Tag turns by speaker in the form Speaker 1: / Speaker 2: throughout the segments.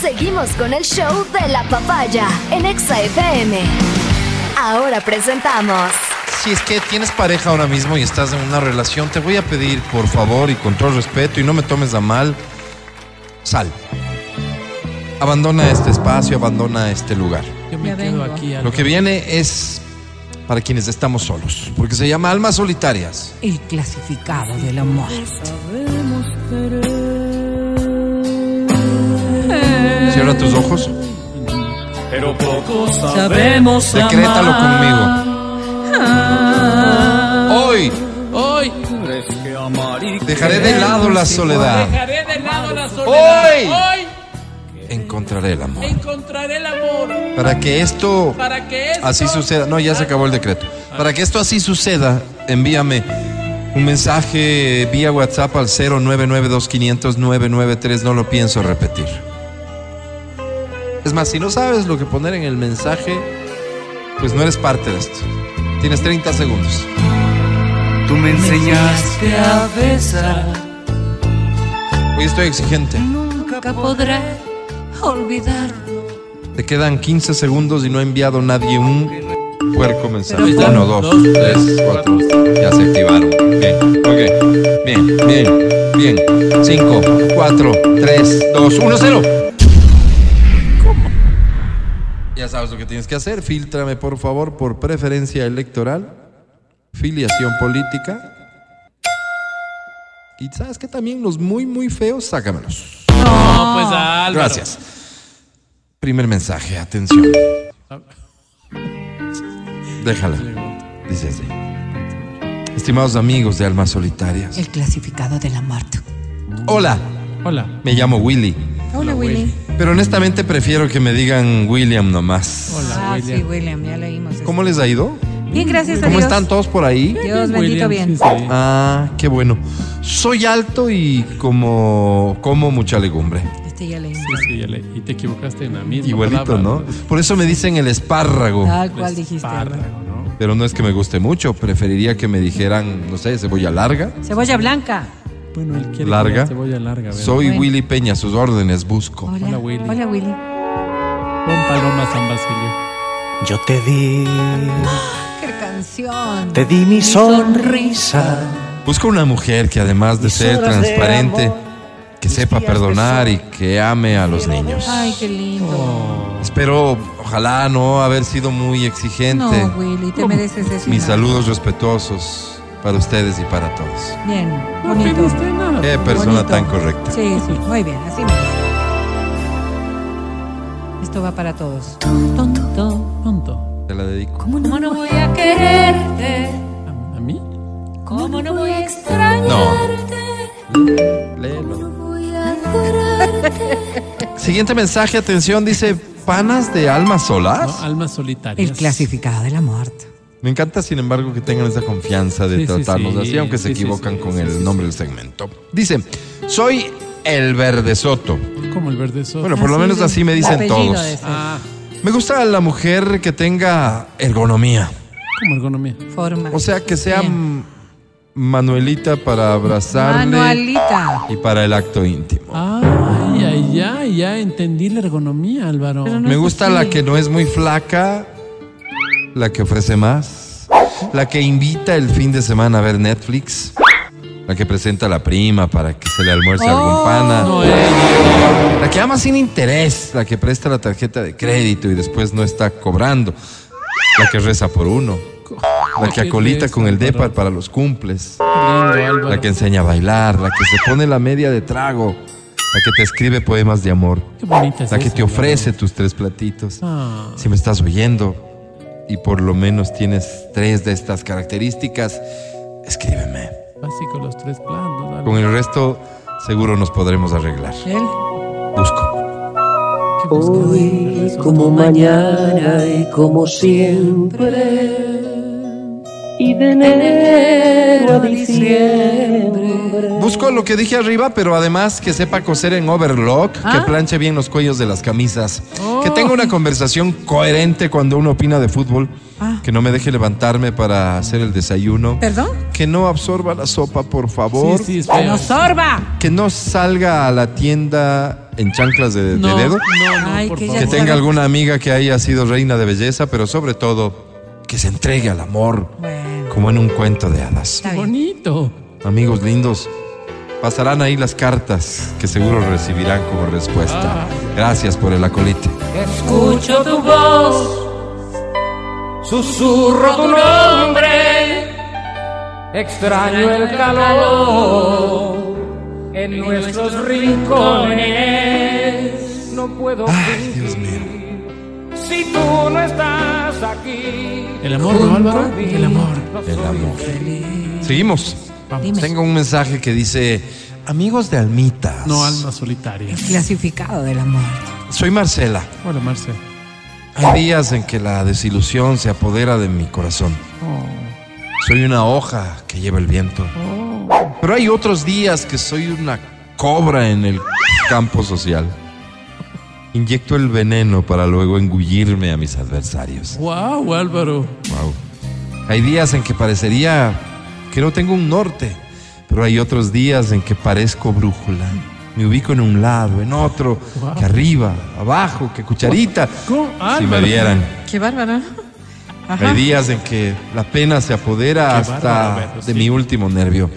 Speaker 1: Seguimos con el show de la papaya en Exa FM. Ahora presentamos.
Speaker 2: Si es que tienes pareja ahora mismo y estás en una relación, te voy a pedir, por favor y con todo respeto, y no me tomes a mal, sal. Abandona este espacio, abandona este lugar.
Speaker 3: Yo me
Speaker 4: Ya
Speaker 3: quedo
Speaker 4: vengo.
Speaker 3: aquí.
Speaker 2: Lo que viene es para quienes estamos solos, porque se llama Almas Solitarias.
Speaker 4: El clasificado de la muerte.
Speaker 2: Cierra tus ojos,
Speaker 3: Pero poco sabemos.
Speaker 2: decrétalo conmigo. Hoy
Speaker 3: Ah. Hoy.
Speaker 2: dejaré de lado la soledad,
Speaker 3: Dejaré de lado la soledad. Hoy.
Speaker 2: encontraré el amor.
Speaker 3: encontraré el amor.
Speaker 2: Para que esto
Speaker 3: Para que esto
Speaker 2: así suceda. No, ya se acabó el decreto. Para que esto así suceda, envíame un mensaje vía WhatsApp al 0992500993. No lo pienso repetir. Es más, si no sabes lo que poner en el mensaje, pues no eres parte de esto. Tienes 30 segundos.
Speaker 5: Tú me enseñas
Speaker 3: Te a besar.
Speaker 2: Hoy estoy exigente.
Speaker 4: Nunca podré olvidar.
Speaker 2: Te quedan 15 segundos y no ha enviado nadie un puerco mensaje.
Speaker 3: Pero
Speaker 2: Ya no,
Speaker 3: por-
Speaker 2: dos,
Speaker 3: dos,
Speaker 2: tres, cuatro. Ya se activaron. Bien, ok. Bien, bien, bien. Cinco, cuatro, tres, dos, uno, cero. ¿Cómo? Ya sabes lo que tienes que hacer. Fíltrame, por favor, por preferencia electoral, filiación política. Quizás que también los muy, muy feos, sácamelos.
Speaker 3: No, pues a Álvaro.
Speaker 2: Gracias. Primer mensaje, atención. Déjala. Dice así. Estimados amigos de Almas Solitarias.
Speaker 4: El clasificado de la muerte.
Speaker 2: Hola,
Speaker 3: Hola.
Speaker 2: me llamo Willy.
Speaker 4: Hola, Willy.
Speaker 2: Pero honestamente prefiero que me digan William nomás.
Speaker 3: Hola,
Speaker 4: Ah, sí,
Speaker 3: William.
Speaker 4: William, ya leímos. eso.
Speaker 2: ¿Cómo les ha ido?
Speaker 4: Bien, gracias a
Speaker 2: ¿Cómo
Speaker 4: Dios.
Speaker 2: están todos por ahí?
Speaker 4: Dios bendito
Speaker 3: William,
Speaker 4: bien.
Speaker 3: sí, sí.
Speaker 2: Ah, qué bueno. Soy alto y como como mucha legumbre.
Speaker 4: Este ya leímos.
Speaker 3: Sí, sí, ya le- y te equivocaste en la misma
Speaker 2: Igualito,
Speaker 3: palabra,
Speaker 2: ¿no? Por eso me dicen el espárrago.
Speaker 4: Tal cual dijiste. Álvaro.
Speaker 3: Espárrago, ¿no?
Speaker 2: Pero no es que me guste mucho, preferiría que me dijeran, no sé, cebolla larga.
Speaker 4: Cebolla blanca.
Speaker 3: Bueno, él quiere
Speaker 2: Larga.
Speaker 3: comer cebolla larga. ¿verdad?
Speaker 2: Soy
Speaker 4: Bueno.
Speaker 2: Willy Peña, sus órdenes busco.
Speaker 4: Hola,
Speaker 3: Hola, Willy.
Speaker 4: Hola, Willy.
Speaker 3: Pon paloma San Basilio.
Speaker 5: Yo te di,
Speaker 4: Qué canción.
Speaker 5: te di mi sonrisa.
Speaker 2: Busco una mujer que además de
Speaker 5: Mis
Speaker 2: ser
Speaker 5: horas de
Speaker 2: transparente,
Speaker 5: amor,
Speaker 2: que sepa
Speaker 5: días de
Speaker 2: perdonar
Speaker 5: sol.
Speaker 2: y que ame a los niños.
Speaker 4: Ay, qué lindo.
Speaker 2: Espero, ojalá no haber sido muy exigente.
Speaker 4: no, Willy, te mereces eso.
Speaker 2: Mis saludos respetuosos para ustedes y para todos.
Speaker 4: Bien,
Speaker 3: No
Speaker 4: bonito.
Speaker 3: pediste nada.
Speaker 2: Qué persona
Speaker 4: Bonito.
Speaker 2: tan correcta.
Speaker 4: Sí, sí, muy bien, así me gusta. Esto va para todos. Tonto.
Speaker 3: Tonto.
Speaker 2: Te la dedico.
Speaker 4: ¿Cómo no voy a quererte?
Speaker 3: ¿A, a mí?
Speaker 4: ¿Cómo no voy a extrañar?
Speaker 2: No. Léelo. Siguiente mensaje, atención, dice panas de almas solas.
Speaker 3: No, ah. almas solitarias.
Speaker 4: El clasificado de la muerte.
Speaker 2: Me encanta, sin embargo, que tengan esa confianza de
Speaker 3: Sí, sí,
Speaker 2: tratarnos
Speaker 3: sí.
Speaker 2: así, aunque se
Speaker 3: Sí, sí,
Speaker 2: equivocan
Speaker 3: sí,
Speaker 2: con
Speaker 3: sí,
Speaker 2: el
Speaker 3: sí,
Speaker 2: nombre del segmento. Dice, soy el Verde Soto.
Speaker 3: Como el verde sol.
Speaker 2: Bueno, pues- por lo menos
Speaker 4: de-
Speaker 2: así me
Speaker 4: de
Speaker 2: dicen
Speaker 4: apellido
Speaker 2: todos.
Speaker 4: de ese.
Speaker 3: Ah,
Speaker 2: Me gusta la mujer que tenga ergonomía.
Speaker 3: como ergonomía.
Speaker 4: Forma.
Speaker 2: O sea, que sea
Speaker 4: Bien.
Speaker 2: mm, Manuelita para abrazarle
Speaker 4: Manualita.
Speaker 2: y para el acto íntimo.
Speaker 3: Ay, ay, ya, ya entendí la ergonomía, Álvaro.
Speaker 4: Pero no
Speaker 2: Me
Speaker 4: es
Speaker 2: gusta
Speaker 4: así.
Speaker 2: la que no es muy flaca, la que ofrece más, la que invita el fin de semana a ver Netflix, la que presenta a la prima para que se le almuerce a algún
Speaker 4: Oh.
Speaker 2: pana,
Speaker 3: No, eh,
Speaker 2: la que ama sin interés, la que presta la tarjeta de crédito y después no está cobrando, la que reza por uno, la que
Speaker 3: Qué
Speaker 2: acolita con el
Speaker 3: belleza,
Speaker 2: depar
Speaker 3: Álvaro.
Speaker 2: para los cumples,
Speaker 3: qué lindo, Álvaro.
Speaker 2: la que enseña a bailar, la que se pone la media de trago, la que te escribe poemas de amor,
Speaker 3: Qué bonita es
Speaker 2: la que
Speaker 3: esa,
Speaker 2: te
Speaker 3: Álvaro.
Speaker 2: ofrece tus tres platitos.
Speaker 3: Ah,
Speaker 2: Si me estás oyendo y por lo menos tienes tres de estas características, escríbeme.
Speaker 3: básico los tres planos, Álvaro.
Speaker 2: Con el resto seguro nos podremos arreglar.
Speaker 4: Él.
Speaker 2: Busco.
Speaker 3: ¿Qué buscas?
Speaker 6: Hoy como mañana y como siempre y de enero a diciembre
Speaker 2: Busco lo que dije arriba, pero además que sepa coser en overlock, que
Speaker 4: Ah.
Speaker 2: planche bien los cuellos de las camisas, que
Speaker 3: Oh.
Speaker 2: tenga una conversación coherente cuando uno opina de fútbol,
Speaker 4: Ah.
Speaker 2: que no me deje levantarme para hacer el desayuno,
Speaker 4: ¿Perdón?
Speaker 2: que no absorba la sopa, por favor.
Speaker 3: Sí, sí, es
Speaker 4: Que
Speaker 3: feo.
Speaker 4: no sorba.
Speaker 2: Que no salga a la tienda en chanclas de, de
Speaker 3: No, no,
Speaker 2: dedo?
Speaker 3: no,
Speaker 4: Ay,
Speaker 3: por
Speaker 4: que
Speaker 3: favor.
Speaker 4: ya
Speaker 2: Que
Speaker 4: sabe.
Speaker 2: tenga alguna amiga que haya sido reina de belleza, pero sobre todo que se entregue al amor
Speaker 4: Bueno,
Speaker 2: como en un cuento de hadas.
Speaker 4: está bien.
Speaker 3: Bonito.
Speaker 2: Amigos lindos, pasarán ahí las cartas que seguro recibirán como respuesta. Gracias por el acolite.
Speaker 5: Escucho tu voz, susurro tu nombre, extraño el calor en nuestros rincones. No puedo
Speaker 2: Ay, Dios mío.
Speaker 5: si tú no estás aquí.
Speaker 3: El amor, ¿no, Álvaro? El amor.
Speaker 2: El amor. Seguimos.
Speaker 4: Dime.
Speaker 2: Tengo un mensaje que dice, amigos de Almitas.
Speaker 3: No almas solitarias.
Speaker 4: Clasificado de la muerte.
Speaker 2: Soy Marcela.
Speaker 3: Hola, Marce.
Speaker 2: Hay días en que la desilusión se apodera de mi corazón. Soy una hoja que lleva el viento. Pero hay otros días que soy una cobra en el campo social. Inyecto el veneno para luego engullirme a mis adversarios.
Speaker 3: Wow, Álvaro.
Speaker 2: Wow. Hay días en que parecería que no tengo un norte, pero hay otros días en que parezco brújula. Me ubico en un lado, en otro,
Speaker 3: Wow.
Speaker 2: que arriba, abajo, que cucharita.
Speaker 3: ¿Cómo?
Speaker 2: Si
Speaker 3: Álvaro.
Speaker 2: me vieran.
Speaker 4: Qué bárbara.
Speaker 2: Hay días en que la pena se apodera
Speaker 3: Qué
Speaker 2: hasta
Speaker 3: bárbaro, Beto,
Speaker 2: de
Speaker 3: sí.
Speaker 2: mi último nervio.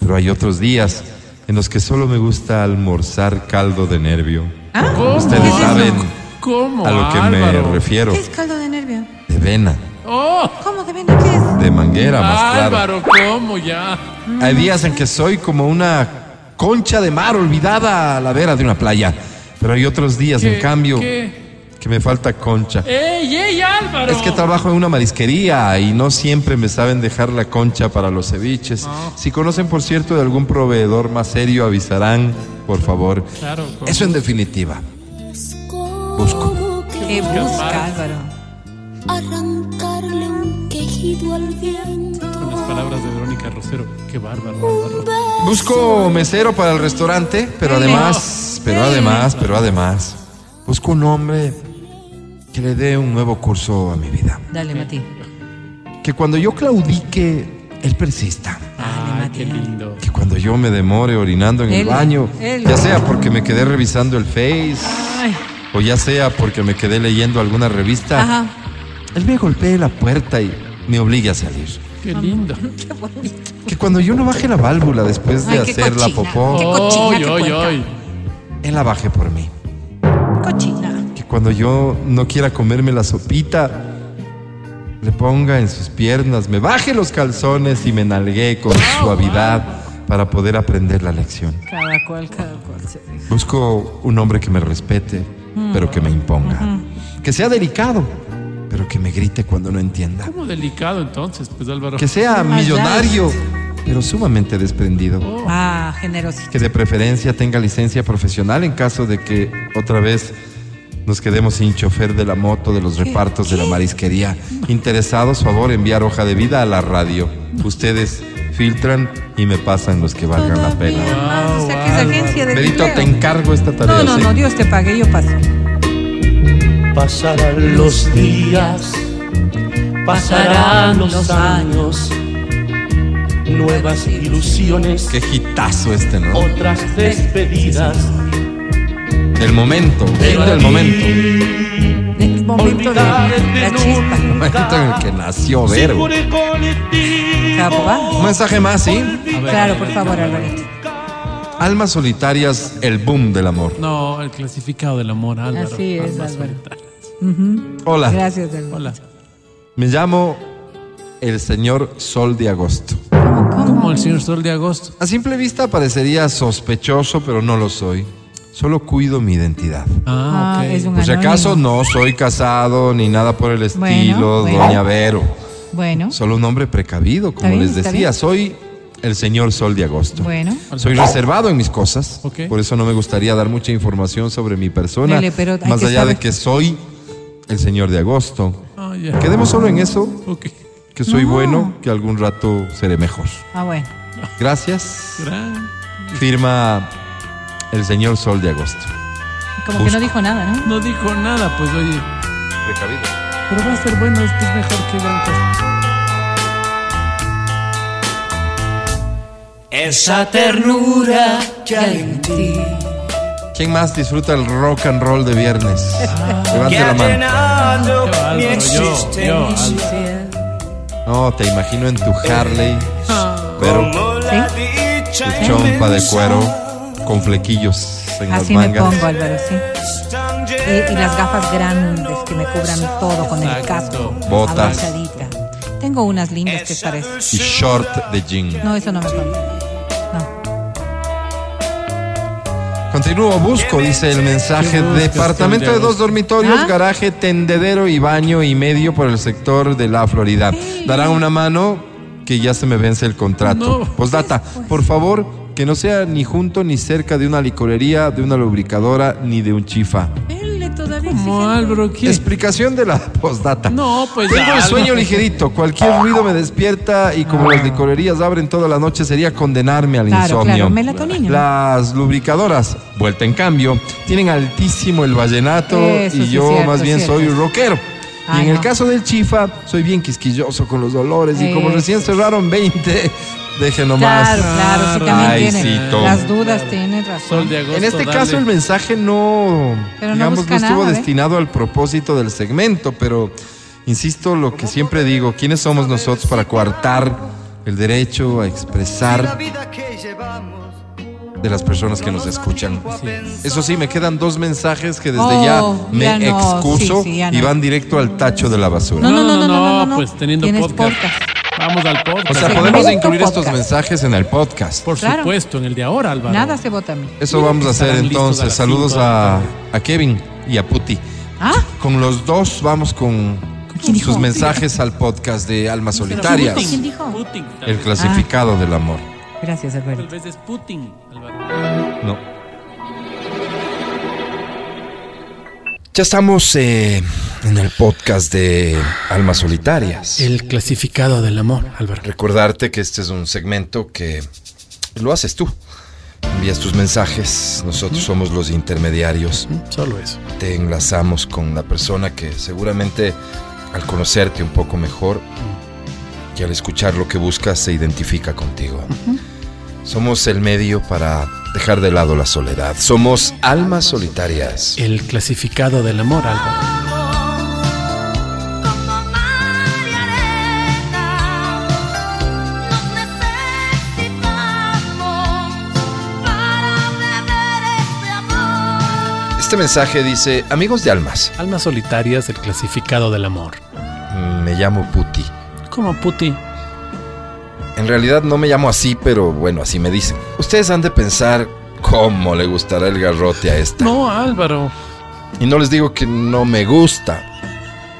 Speaker 2: Pero hay otros días en los que solo me gusta almorzar caldo de nervio.
Speaker 4: ¿Ah?
Speaker 2: Ustedes
Speaker 4: ¿Qué es eso?
Speaker 2: saben
Speaker 3: ¿Cómo?
Speaker 2: a lo que
Speaker 3: Álvaro?
Speaker 2: me refiero.
Speaker 4: ¿Qué es caldo de nervio?
Speaker 2: De vena,
Speaker 3: ¡Oh!
Speaker 4: ¿Cómo de vena qué es?
Speaker 2: de manguera, más claro.
Speaker 3: Álvaro, ¿cómo ya?
Speaker 2: Hay días en que soy como una concha de mar olvidada a la vera de una playa. Pero hay otros días, en
Speaker 3: ¿Qué-
Speaker 2: cambio,
Speaker 3: qué?
Speaker 2: que me falta concha.
Speaker 3: ¡Ey, ey, Álvaro!
Speaker 2: Es que trabajo en una marisquería y no siempre me saben dejar la concha para los ceviches. Si conocen, por cierto, de algún proveedor más serio, avisarán, por favor.
Speaker 3: Claro, ¿cómo?
Speaker 2: Eso en definitiva. Busco.
Speaker 4: ¿Qué busca, Álvaro?
Speaker 7: Arrancarle un quejido al
Speaker 3: Con las
Speaker 7: viento.
Speaker 3: palabras de Verónica Rosero. ¡Qué bárbaro, Álvaro!
Speaker 2: Busco mesero para el restaurante, pero además, pero además, pero además, busco un hombre que le dé un nuevo curso a mi vida.
Speaker 4: Dale, Mati.
Speaker 2: Que cuando yo claudique, él persista.
Speaker 3: ¡Ah, qué lindo!
Speaker 2: Que cuando yo me demore orinando en el
Speaker 4: Él,
Speaker 2: baño,
Speaker 4: él.
Speaker 2: ya sea porque me quedé revisando el Face,
Speaker 4: Ay,
Speaker 2: o ya sea porque me quedé leyendo alguna revista,
Speaker 4: ajá.
Speaker 2: él me golpee la puerta y me obligue a salir.
Speaker 3: ¡Qué lindo!
Speaker 4: Qué bonito.
Speaker 2: Que cuando yo no baje la válvula después de
Speaker 4: Ay, qué
Speaker 2: hacer la
Speaker 4: cochina.
Speaker 2: popó,
Speaker 4: Qué
Speaker 3: ¡Oy,
Speaker 4: cochina, qué
Speaker 3: oy,
Speaker 4: puerca.
Speaker 3: oy!
Speaker 2: él la baje por mí.
Speaker 4: Cochina.
Speaker 2: Que cuando yo no quiera comerme la sopita, le ponga en sus piernas, me baje los calzones y me nalgué con suavidad para poder aprender la lección.
Speaker 4: Cada cual, cada cual se deja.
Speaker 2: Busco un hombre que me respete, pero que me imponga. Que sea delicado, pero que me grite cuando no entienda.
Speaker 3: ¿Cómo delicado entonces, pues, Álvaro?
Speaker 2: Que sea millonario, pero sumamente desprendido.
Speaker 4: Ah, generosito.
Speaker 2: Que de preferencia tenga licencia profesional en caso de que otra vez nos quedemos sin chofer de la moto, de los repartos, de la marisquería. Interesados, favor, enviar hoja de vida a la radio. Ustedes filtran y me pasan los que valgan la pena.
Speaker 4: o sea, que es agencia de
Speaker 2: Benito,
Speaker 4: empleo.
Speaker 2: te encargo esta tarea.
Speaker 4: No, no,
Speaker 2: sí.
Speaker 4: no, Dios te pague, yo paso.
Speaker 5: Pasarán los días, pasarán los años, nuevas ilusiones,
Speaker 2: Qué hitazo este, ¿no?
Speaker 4: Oh.
Speaker 5: otras despedidas.
Speaker 2: Del momento,
Speaker 5: Pero
Speaker 2: del
Speaker 5: a ti,
Speaker 2: momento.
Speaker 4: El momento de la
Speaker 5: Olvidarte
Speaker 4: chispa.
Speaker 2: Momento en el que nació Vero.
Speaker 5: Seguro colectivo.
Speaker 4: Cabo, va.
Speaker 2: Un mensaje más, ¿sí?
Speaker 4: Claro, por favor, Alvarito.
Speaker 2: Almas solitarias, el boom del amor.
Speaker 3: No, el clasificado del amor, Álvaro.
Speaker 4: Así es,
Speaker 3: Almas
Speaker 4: Álvaro.
Speaker 3: solitarias.
Speaker 2: Hola.
Speaker 4: Gracias, Alvarito.
Speaker 3: Hola.
Speaker 2: Me llamo el señor Sol de Agosto.
Speaker 3: Como el señor Sol de Agosto.
Speaker 2: A simple vista parecería sospechoso, pero no lo soy. Solo cuido mi identidad.
Speaker 3: Ah,
Speaker 4: Ah,
Speaker 3: ok.
Speaker 4: es un
Speaker 2: Por si
Speaker 4: anónimo.
Speaker 2: acaso no soy casado ni nada por el
Speaker 4: Bueno,
Speaker 2: estilo,
Speaker 4: bueno.
Speaker 2: doña Vero.
Speaker 4: Bueno,
Speaker 2: Solo un hombre precavido, como
Speaker 4: bien,
Speaker 2: les
Speaker 4: está
Speaker 2: decía.
Speaker 4: bien.
Speaker 2: Soy el señor Sol de Agosto.
Speaker 4: bueno.
Speaker 2: Soy reservado en mis cosas,
Speaker 3: Ok.
Speaker 2: por eso no me gustaría dar mucha información sobre mi persona,
Speaker 4: Dele, pero hay
Speaker 2: más
Speaker 4: que
Speaker 2: allá de
Speaker 4: saber.
Speaker 2: que soy el señor de agosto.
Speaker 3: Ah, ya.
Speaker 2: Quedemos solo en eso,
Speaker 3: Ok.
Speaker 2: que soy
Speaker 4: No.
Speaker 2: bueno, que algún rato seré mejor.
Speaker 4: Ah, bueno.
Speaker 2: Gracias.
Speaker 3: Gran-
Speaker 2: Firma el señor Sol de Agosto.
Speaker 4: Como que no dijo nada, ¿no?
Speaker 3: No dijo nada, pues oye. Pero va a ser bueno, esto es mejor que gran cosa.
Speaker 5: Esa ternura que hay en ti
Speaker 8: ¿Quién más disfruta el rock and roll de viernes?
Speaker 4: Ah.
Speaker 8: Levante la mano.
Speaker 9: Yo, Álvaro, yo, yo, Álvaro.
Speaker 8: No, te imagino en tu Harley, pero
Speaker 4: ¿Sí?
Speaker 8: tu chompa de cuero, con flequillos en las
Speaker 4: Así me
Speaker 8: mangas.
Speaker 4: pongo, Álvaro, sí. Y, y las gafas grandes que me cubran todo con el
Speaker 9: Exacto.
Speaker 4: casco.
Speaker 8: Botas.
Speaker 4: Avanzadita. Tengo unas lindas que para eso.
Speaker 8: y short de jean.
Speaker 4: No, eso no me conviene. No.
Speaker 8: Continúo, busco, dice el mensaje.
Speaker 9: ¿Qué buscas,
Speaker 8: Departamento de
Speaker 9: Santiago?
Speaker 8: dos dormitorios,
Speaker 4: ¿Ah?
Speaker 8: garaje, tendedero y baño y medio por el sector de la Florida. Darán una mano que ya se me vence el contrato.
Speaker 9: No.
Speaker 8: Postdata, por favor, que no sea ni junto ni cerca de una licorería, de una lubricadora ni de un chifa.
Speaker 4: Él todavía
Speaker 9: ¿Cómo,
Speaker 4: exige-
Speaker 9: Álvaro? ¿Qué?
Speaker 8: Explicación de la postdata.
Speaker 9: No, pues
Speaker 8: Tengo el
Speaker 9: Álvaro.
Speaker 8: sueño ligerito, cualquier ruido me despierta y como las licorerías abren toda la noche sería condenarme al
Speaker 4: Claro,
Speaker 8: insomnio.
Speaker 4: claro, melatonina.
Speaker 8: Las lubricadoras, vuelta en cambio, tienen altísimo el vallenato
Speaker 4: Eso
Speaker 8: y
Speaker 4: sí,
Speaker 8: yo
Speaker 4: cierto,
Speaker 8: más bien
Speaker 4: cierto.
Speaker 8: soy un rockero. y
Speaker 4: Ay,
Speaker 8: en el
Speaker 4: no.
Speaker 8: caso del chifa, soy bien quisquilloso con los dolores y como
Speaker 4: Eso.
Speaker 8: recién cerraron 20, deje nomás.
Speaker 4: Claro, claro, sí también
Speaker 8: Ay,
Speaker 4: tiene.
Speaker 8: sí, Tom.
Speaker 4: Las dudas tienen razón.
Speaker 9: Sol de agosto,
Speaker 8: En este
Speaker 9: dale.
Speaker 8: caso el mensaje no,
Speaker 4: Pero no
Speaker 8: digamos, no,
Speaker 4: busca
Speaker 8: estuvo
Speaker 4: nada, ¿eh? ¿ve?
Speaker 8: destinado al propósito del segmento, pero insisto lo que siempre digo, ¿quiénes somos nosotros para coartar el derecho a expresar de las personas que nos escuchan? Eso sí, me quedan dos mensajes que desde
Speaker 4: Oh,
Speaker 8: ya me
Speaker 4: ya no,
Speaker 8: excuso
Speaker 4: sí, sí, ya
Speaker 8: y
Speaker 4: no.
Speaker 8: van directo al tacho de la basura.
Speaker 4: No, no, no, no, no, no, no.
Speaker 9: pues teniendo
Speaker 4: Tienes
Speaker 9: podcast.
Speaker 4: podcast.
Speaker 9: Vamos al podcast.
Speaker 8: O sea,
Speaker 4: Sí.
Speaker 8: podemos
Speaker 4: Segmento
Speaker 8: incluir estos
Speaker 4: podcast.
Speaker 8: mensajes en el podcast.
Speaker 9: por
Speaker 4: Claro.
Speaker 9: supuesto, en el de ahora, Álvaro.
Speaker 4: Nada se vota a mí.
Speaker 8: Eso vamos a hacer
Speaker 9: Estarán listos a
Speaker 8: entonces.
Speaker 9: las
Speaker 8: Saludos
Speaker 9: cinco de la
Speaker 8: a, a Kevin y a Puti.
Speaker 4: ¿Ah?
Speaker 8: Con los dos vamos con
Speaker 4: quién dijo?
Speaker 8: sus mensajes al podcast de Almas
Speaker 4: Putin.
Speaker 8: Solitarias,
Speaker 4: ¿Quién dijo?
Speaker 9: Putin. tal
Speaker 8: el
Speaker 9: vez.
Speaker 8: clasificado
Speaker 4: Ah.
Speaker 8: del amor.
Speaker 4: Gracias,
Speaker 9: Tal
Speaker 4: Alberto.
Speaker 9: vez es Putin, Álvaro.
Speaker 8: No.
Speaker 2: Ya estamos eh, en el podcast de Almas Solitarias.
Speaker 3: El clasificado del amor, Álvaro.
Speaker 2: Recordarte que este es un segmento que lo haces tú. Envías tus mensajes, nosotros somos los intermediarios.
Speaker 3: Solo eso.
Speaker 2: Te enlazamos con la persona que seguramente al conocerte un poco mejor y al escuchar lo que buscas se identifica contigo. Somos el medio para dejar de lado la soledad. Somos almas solitarias.
Speaker 3: El clasificado del amor, Álvaro.
Speaker 7: Como mar y arena, nos necesitamos para beber este amor.
Speaker 2: Este mensaje dice, amigos de almas,
Speaker 3: Almas solitarias, el clasificado del amor.
Speaker 2: me llamo Puti.
Speaker 3: Como Putin.
Speaker 2: En realidad no me llamo así, pero bueno, así me dicen. Ustedes han de pensar cómo le gustará el garrote a esta.
Speaker 3: No, Álvaro.
Speaker 2: Y no les digo que no me gusta.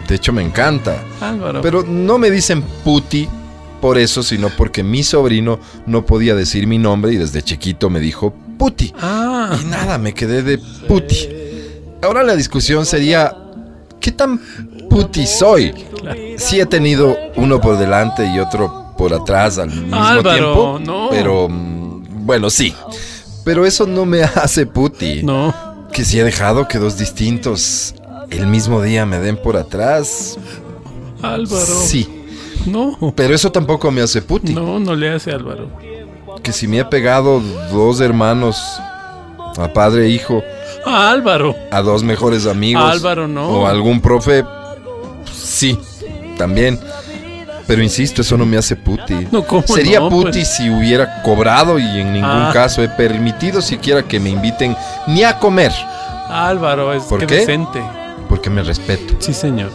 Speaker 2: De hecho, me encanta.
Speaker 3: Álvaro.
Speaker 2: Pero no me dicen puti por eso, sino porque mi sobrino no podía decir mi nombre y desde chiquito me dijo puti.
Speaker 3: Ah,
Speaker 2: Y nada, me quedé de puti. Ahora la discusión sería, ¿qué tan puti soy? Sí he tenido uno por delante y otro por atrás al mismo
Speaker 3: Álvaro,
Speaker 2: tiempo.
Speaker 3: no.
Speaker 2: Pero mm, bueno, sí. Pero eso no me hace puti.
Speaker 3: no.
Speaker 2: Que si he dejado que dos distintos el mismo día me den por atrás.
Speaker 3: Álvaro.
Speaker 2: Sí.
Speaker 3: No.
Speaker 2: Pero eso tampoco me hace puti.
Speaker 3: No, no le hace Álvaro.
Speaker 2: Que si me he pegado dos hermanos, a padre e hijo,
Speaker 3: Álvaro.
Speaker 2: a dos mejores amigos.
Speaker 3: Álvaro, no.
Speaker 2: O a algún profe. Sí, también. Pero insisto, eso no me hace puti.
Speaker 3: No, ¿cómo
Speaker 2: Sería
Speaker 3: no,
Speaker 2: puti
Speaker 3: pues?
Speaker 2: si hubiera cobrado y en ningún
Speaker 3: Ah.
Speaker 2: caso he permitido siquiera que me inviten ni a comer.
Speaker 3: Álvaro es
Speaker 2: ¿Por
Speaker 3: que
Speaker 2: qué?
Speaker 3: decente.
Speaker 2: Porque me respeto.
Speaker 3: Sí, señor.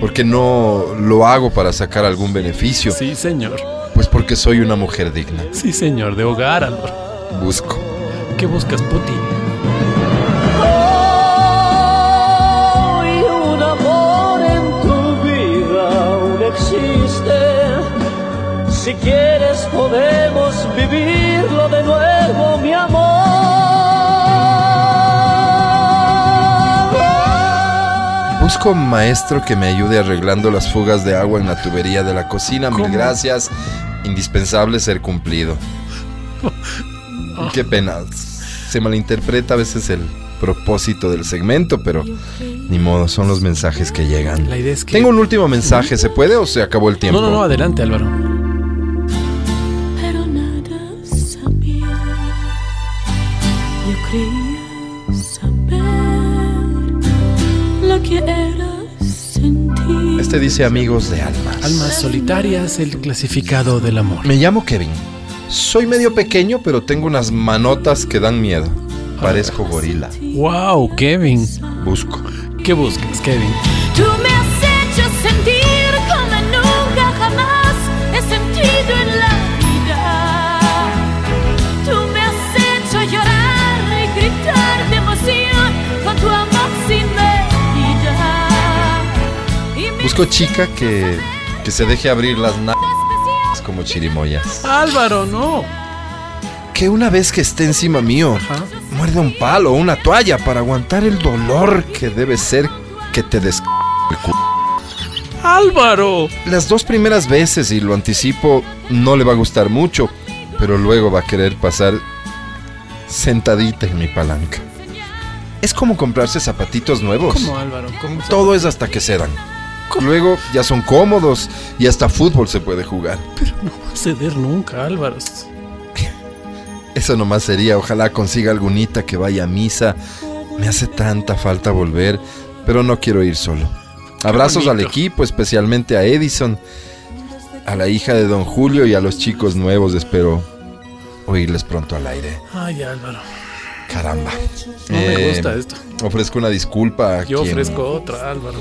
Speaker 2: Porque no lo hago para sacar algún beneficio.
Speaker 3: Sí, señor.
Speaker 2: Pues porque soy una mujer digna.
Speaker 3: Sí, señor. De hogar, Álvaro.
Speaker 2: Busco.
Speaker 3: ¿Qué buscas, Putin?
Speaker 6: Hoy un amor en tu vida aún existe. Si quieres podemos vivirlo de nuevo, mi amor.
Speaker 2: Busco un maestro que me ayude arreglando las fugas de agua en la tubería de la cocina. Mil gracias. Indispensable ser cumplido. Qué pena. Se malinterpreta a veces el propósito del segmento, pero ni modo, son los mensajes que llegan.
Speaker 3: La idea es que-
Speaker 2: Tengo un último mensaje, ¿se puede o se acabó el tiempo?
Speaker 3: No, no, no. Adelante, Álvaro.
Speaker 7: Pero nada sabía. Yo creía
Speaker 2: este dice amigos de almas.
Speaker 3: Almas solitarias, el clasificado del amor.
Speaker 2: Me llamo Kevin. Soy medio pequeño, pero tengo unas manotas que dan miedo. Parezco gorila.
Speaker 3: Wow, Kevin.
Speaker 2: Busco.
Speaker 3: ¿Qué buscas, Kevin?
Speaker 7: Tú me has hecho sentir como nunca jamás he sentido en la vida. Tú me has hecho llorar y gritar de emoción con tu amor sin medida. Y me
Speaker 2: Busco chica que, que se deje abrir las nalgas como chirimoyas.
Speaker 3: Álvaro, no.
Speaker 2: Que una vez que esté encima mío, muerde un palo o una toalla para aguantar el dolor que debe ser que te des... el cu-
Speaker 3: Álvaro.
Speaker 2: Las dos primeras veces, y lo anticipo, no le va a gustar mucho, pero luego va a querer pasar sentadita en mi palanca. Es como comprarse zapatitos nuevos.
Speaker 3: ¿Cómo, Álvaro? ¿Cómo?
Speaker 2: Todo es hasta que se dan. Luego ya son cómodos y hasta fútbol se puede jugar.
Speaker 3: No va a ceder nunca, Álvaro.
Speaker 2: Eso nomás sería, ojalá consiga algunita que vaya a misa. Me hace tanta falta volver, pero no quiero ir solo. Abrazos al
Speaker 3: bonito.
Speaker 2: equipo, especialmente a Edison, a la hija de don Julio y a los chicos nuevos. Espero oírles pronto al aire.
Speaker 3: Ay, Álvaro.
Speaker 2: Caramba.
Speaker 3: No me
Speaker 2: Eh,
Speaker 3: gusta esto.
Speaker 2: Ofrezco una disculpa a
Speaker 3: Yo
Speaker 2: quien
Speaker 3: ofrezco otra, Álvaro.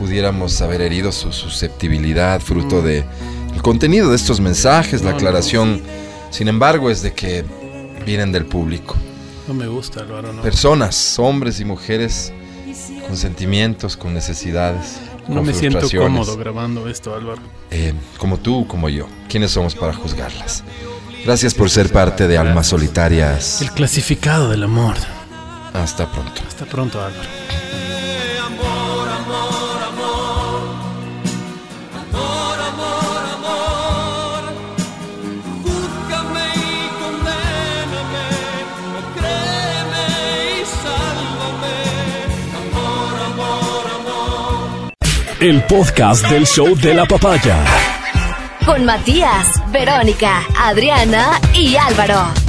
Speaker 2: pudiéramos haber herido su susceptibilidad fruto de el contenido de estos mensajes, la
Speaker 3: No, no.
Speaker 2: aclaración. Sin embargo, es de que vienen del público.
Speaker 3: No me gusta, Álvaro, no.
Speaker 2: personas, hombres y mujeres, con sentimientos, con necesidades.
Speaker 3: No
Speaker 2: con
Speaker 3: me siento
Speaker 2: frustraciones.
Speaker 3: cómodo grabando esto, Álvaro.
Speaker 2: Eh, como tú, como yo. ¿Quiénes somos para juzgarlas? Gracias por ser parte de Almas Solitarias.
Speaker 3: El clasificado del amor.
Speaker 2: Hasta pronto.
Speaker 3: Hasta pronto, Álvaro.
Speaker 10: Búscame y condéname, créeme y sálvame.
Speaker 11: El podcast del show de la papaya.
Speaker 1: Con Matías, Verónica, Adriana y Álvaro.